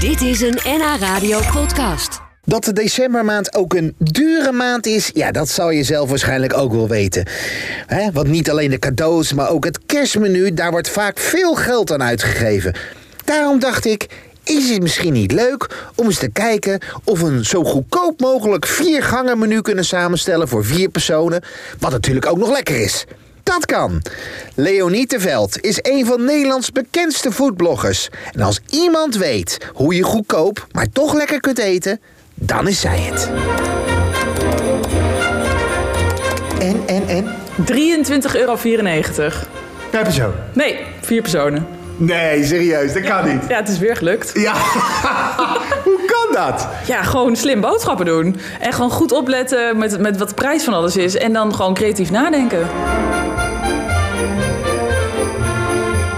Dit is een NH Radio podcast. Dat de decembermaand ook een dure maand is, ja, dat zal je zelf waarschijnlijk ook wel weten. Hè, want niet alleen de cadeaus, maar ook het kerstmenu, daar wordt vaak veel geld aan uitgegeven. Daarom dacht ik, is het misschien niet leuk om eens te kijken of we een zo goedkoop mogelijk viergangen menu kunnen samenstellen voor vier personen, wat natuurlijk ook nog lekker is. Dat kan. Leonie Terveld is een van Nederlands bekendste foodbloggers. En als iemand weet hoe je goedkoop, maar toch lekker kunt eten, dan is zij het. En, en, en? 23,94 euro. Heb je zo? Nee, vier personen. Nee, serieus, dat kan niet. Ja, het is weer gelukt. Ja, hoe kan dat? Ja, gewoon slim boodschappen doen. En gewoon goed opletten met, met wat de prijs van alles is. En dan gewoon creatief nadenken.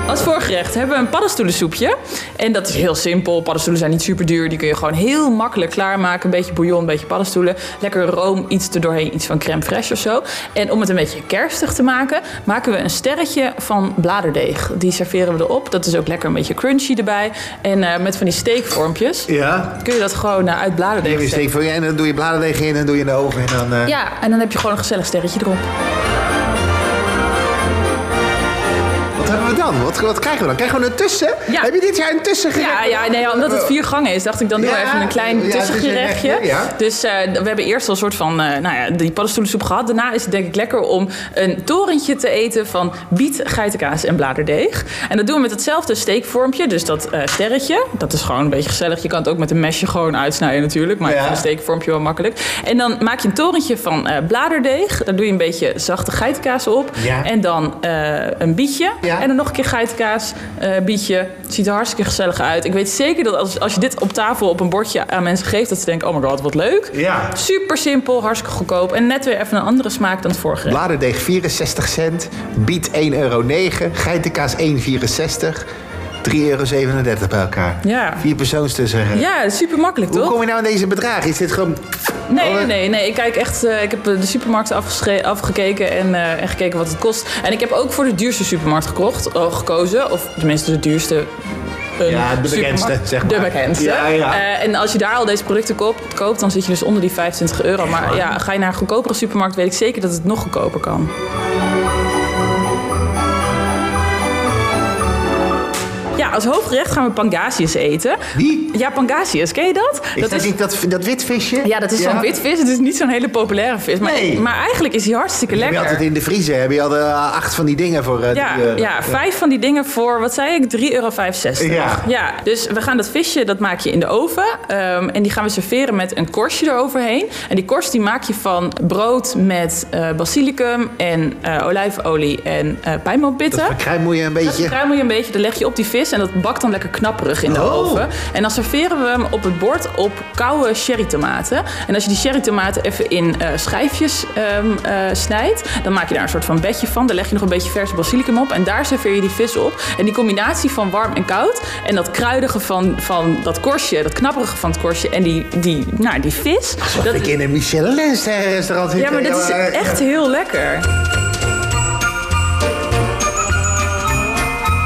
Als voorgerecht hebben we een paddenstoelensoepje. En dat is heel simpel. Paddenstoelen zijn niet super duur. Die kun je gewoon heel makkelijk klaarmaken. Een beetje bouillon, een beetje paddenstoelen. Lekker room, iets erdoorheen. Iets van crème fraîche of zo. En om het een beetje kerstig te maken, maken we een sterretje van bladerdeeg. Die serveren we erop. Dat is ook lekker een beetje crunchy erbij. En eh, met van die steekvormpjes Ja. kun je dat gewoon eh, uit bladerdeeg Je steken. steekt voor je en dan doe je bladerdeeg in en dan doe je in de oven en dan... eh, Ja, en dan heb je gewoon een gezellig sterretje erop. Wat hebben we dan? Wat, wat krijgen we dan? Krijgen we een tussen? Ja. Heb je dit jaar een tussen Ja, ja nee, omdat het vier gangen is, dacht ik dan doen we Eh, Ja, even een ja, klein het is een tussengerechtje. gerechtje, ja. Dus eh, we hebben eerst al een soort van, eh, nou ja, die paddenstoelensoep gehad. Daarna is het denk ik lekker om een torentje te eten van biet, geitenkaas en bladerdeeg. En dat doen we met hetzelfde steekvormpje, dus dat eh, sterretje. Dat is gewoon een beetje gezellig. Je kan het ook met een mesje gewoon uitsnijden natuurlijk, maar Ja. ik vind een steekvormpje wel makkelijk. En dan maak je een torentje van eh, bladerdeeg. Daar doe je een beetje zachte geitenkaas op. Ja. En dan eh, een bietje. Ja. En dan nog een keer geitenkaas, eh, bietje. Ziet er hartstikke gezellig uit. Ik weet zeker dat als, als je dit op tafel op een bordje aan mensen geeft, dat ze denken: oh my god, wat leuk. Ja. Super simpel, hartstikke goedkoop. En net weer even een andere smaak dan het vorige. Bladerdeeg 64 cent, biet 1,09 euro, geitenkaas 1,64, 3,37 euro bij elkaar. Ja. Vier persoons tussen. ja, super makkelijk Hoe toch? kom je nou aan deze bedragen? Is dit gewoon... Nee, Alle- nee, nee, nee. Ik, kijk echt, eh, ik heb eh, de supermarkt afgesche- afgekeken en, eh, en gekeken wat het kost. En ik heb ook voor de duurste supermarkt gekocht, eh, gekozen. Of tenminste de duurste. eh, Ja, de bekendste, supermarkt. zeg maar. De bekendste. Ja, ja. Eh, en als je daar al deze producten koopt, koopt, dan zit je dus onder die 25 euro. Maar ja, ga je naar een goedkopere supermarkt, weet ik zeker dat het nog goedkoper kan. Ja, als hoofdgerecht gaan we pangasius eten. Wie? Ja, pangasius, ken je dat? Is dat, niet dat, dat wit visje? Ja, dat is zo'n wit vis. Het is niet zo'n hele populaire vis. Maar, Nee. maar eigenlijk is hij hartstikke Heb je altijd lekker. in de vriezer, heb je al de, eh, acht van die dingen voor eh Ja, drie euro. ja, vijf van die dingen voor, wat zei ik, 3,65 euro. Ja. dus we gaan dat visje, dat maak je in de oven. ehm, en die gaan we serveren met een korstje eroverheen. En die korst die maak je van brood met eh, basilicum en eh, olijfolie en eh pijnboompitten. Dat verkruimel je een Dat beetje. kruimel je een beetje, dat leg je op die vis en dat bakt dan lekker knapperig in de Oh. oven. En dan serveren we hem op het bord op koude sherrytomaten. En als je die sherrytomaten even in eh, schijfjes ehm, eh, snijdt, dan maak je daar een soort van bedje van. Daar leg je nog een beetje verse basilicum op en daar serveer je die vis op. En die combinatie van warm en koud en dat kruidige van, van dat korstje, dat knapperige van het korstje en die, die, nou, die vis. Dat ik in een Michelin-sterrenrestaurant zit. Ja, maar dat is eh, echt heel lekker.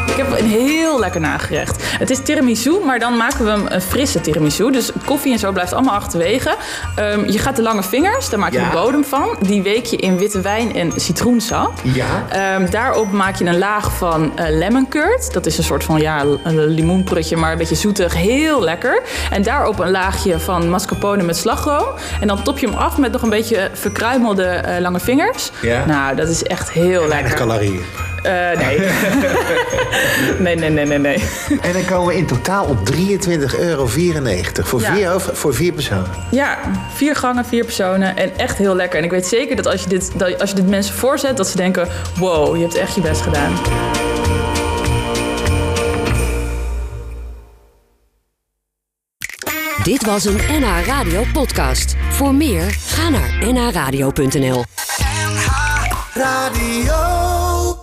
Ik heb een heel lekker nagerecht. Het is tiramisu, maar dan maken we hem een frisse tiramisu. Dus koffie en zo blijft allemaal achterwege. Ehm, je gaat de lange vingers, daar maak je Ja. een bodem van. Die week je in witte wijn en citroensap. Ja. Ehm, daarop maak je een laag van eh, lemon curd. Dat is een soort van ja, een limoenprutje, maar een beetje zoetig. Heel lekker. En daarop een laagje van mascarpone met slagroom. En dan top je hem af met nog een beetje verkruimelde eh, lange vingers. Ja. Nou, dat is echt heel Weinig lekker. calorieën. Eh, nee. nee. Nee, nee, nee, nee. En dan komen we in totaal op 23,94 euro voor, Ja. vier, hoofd- voor vier personen. Ja, vier gangen, vier personen en echt heel lekker. En ik weet zeker dat als je dit, dat als je dit mensen voorzet, dat ze denken... wow, je hebt echt je best gedaan. Dit was een NH Radio podcast. Voor meer, ga naar nhradio.nl. Radio.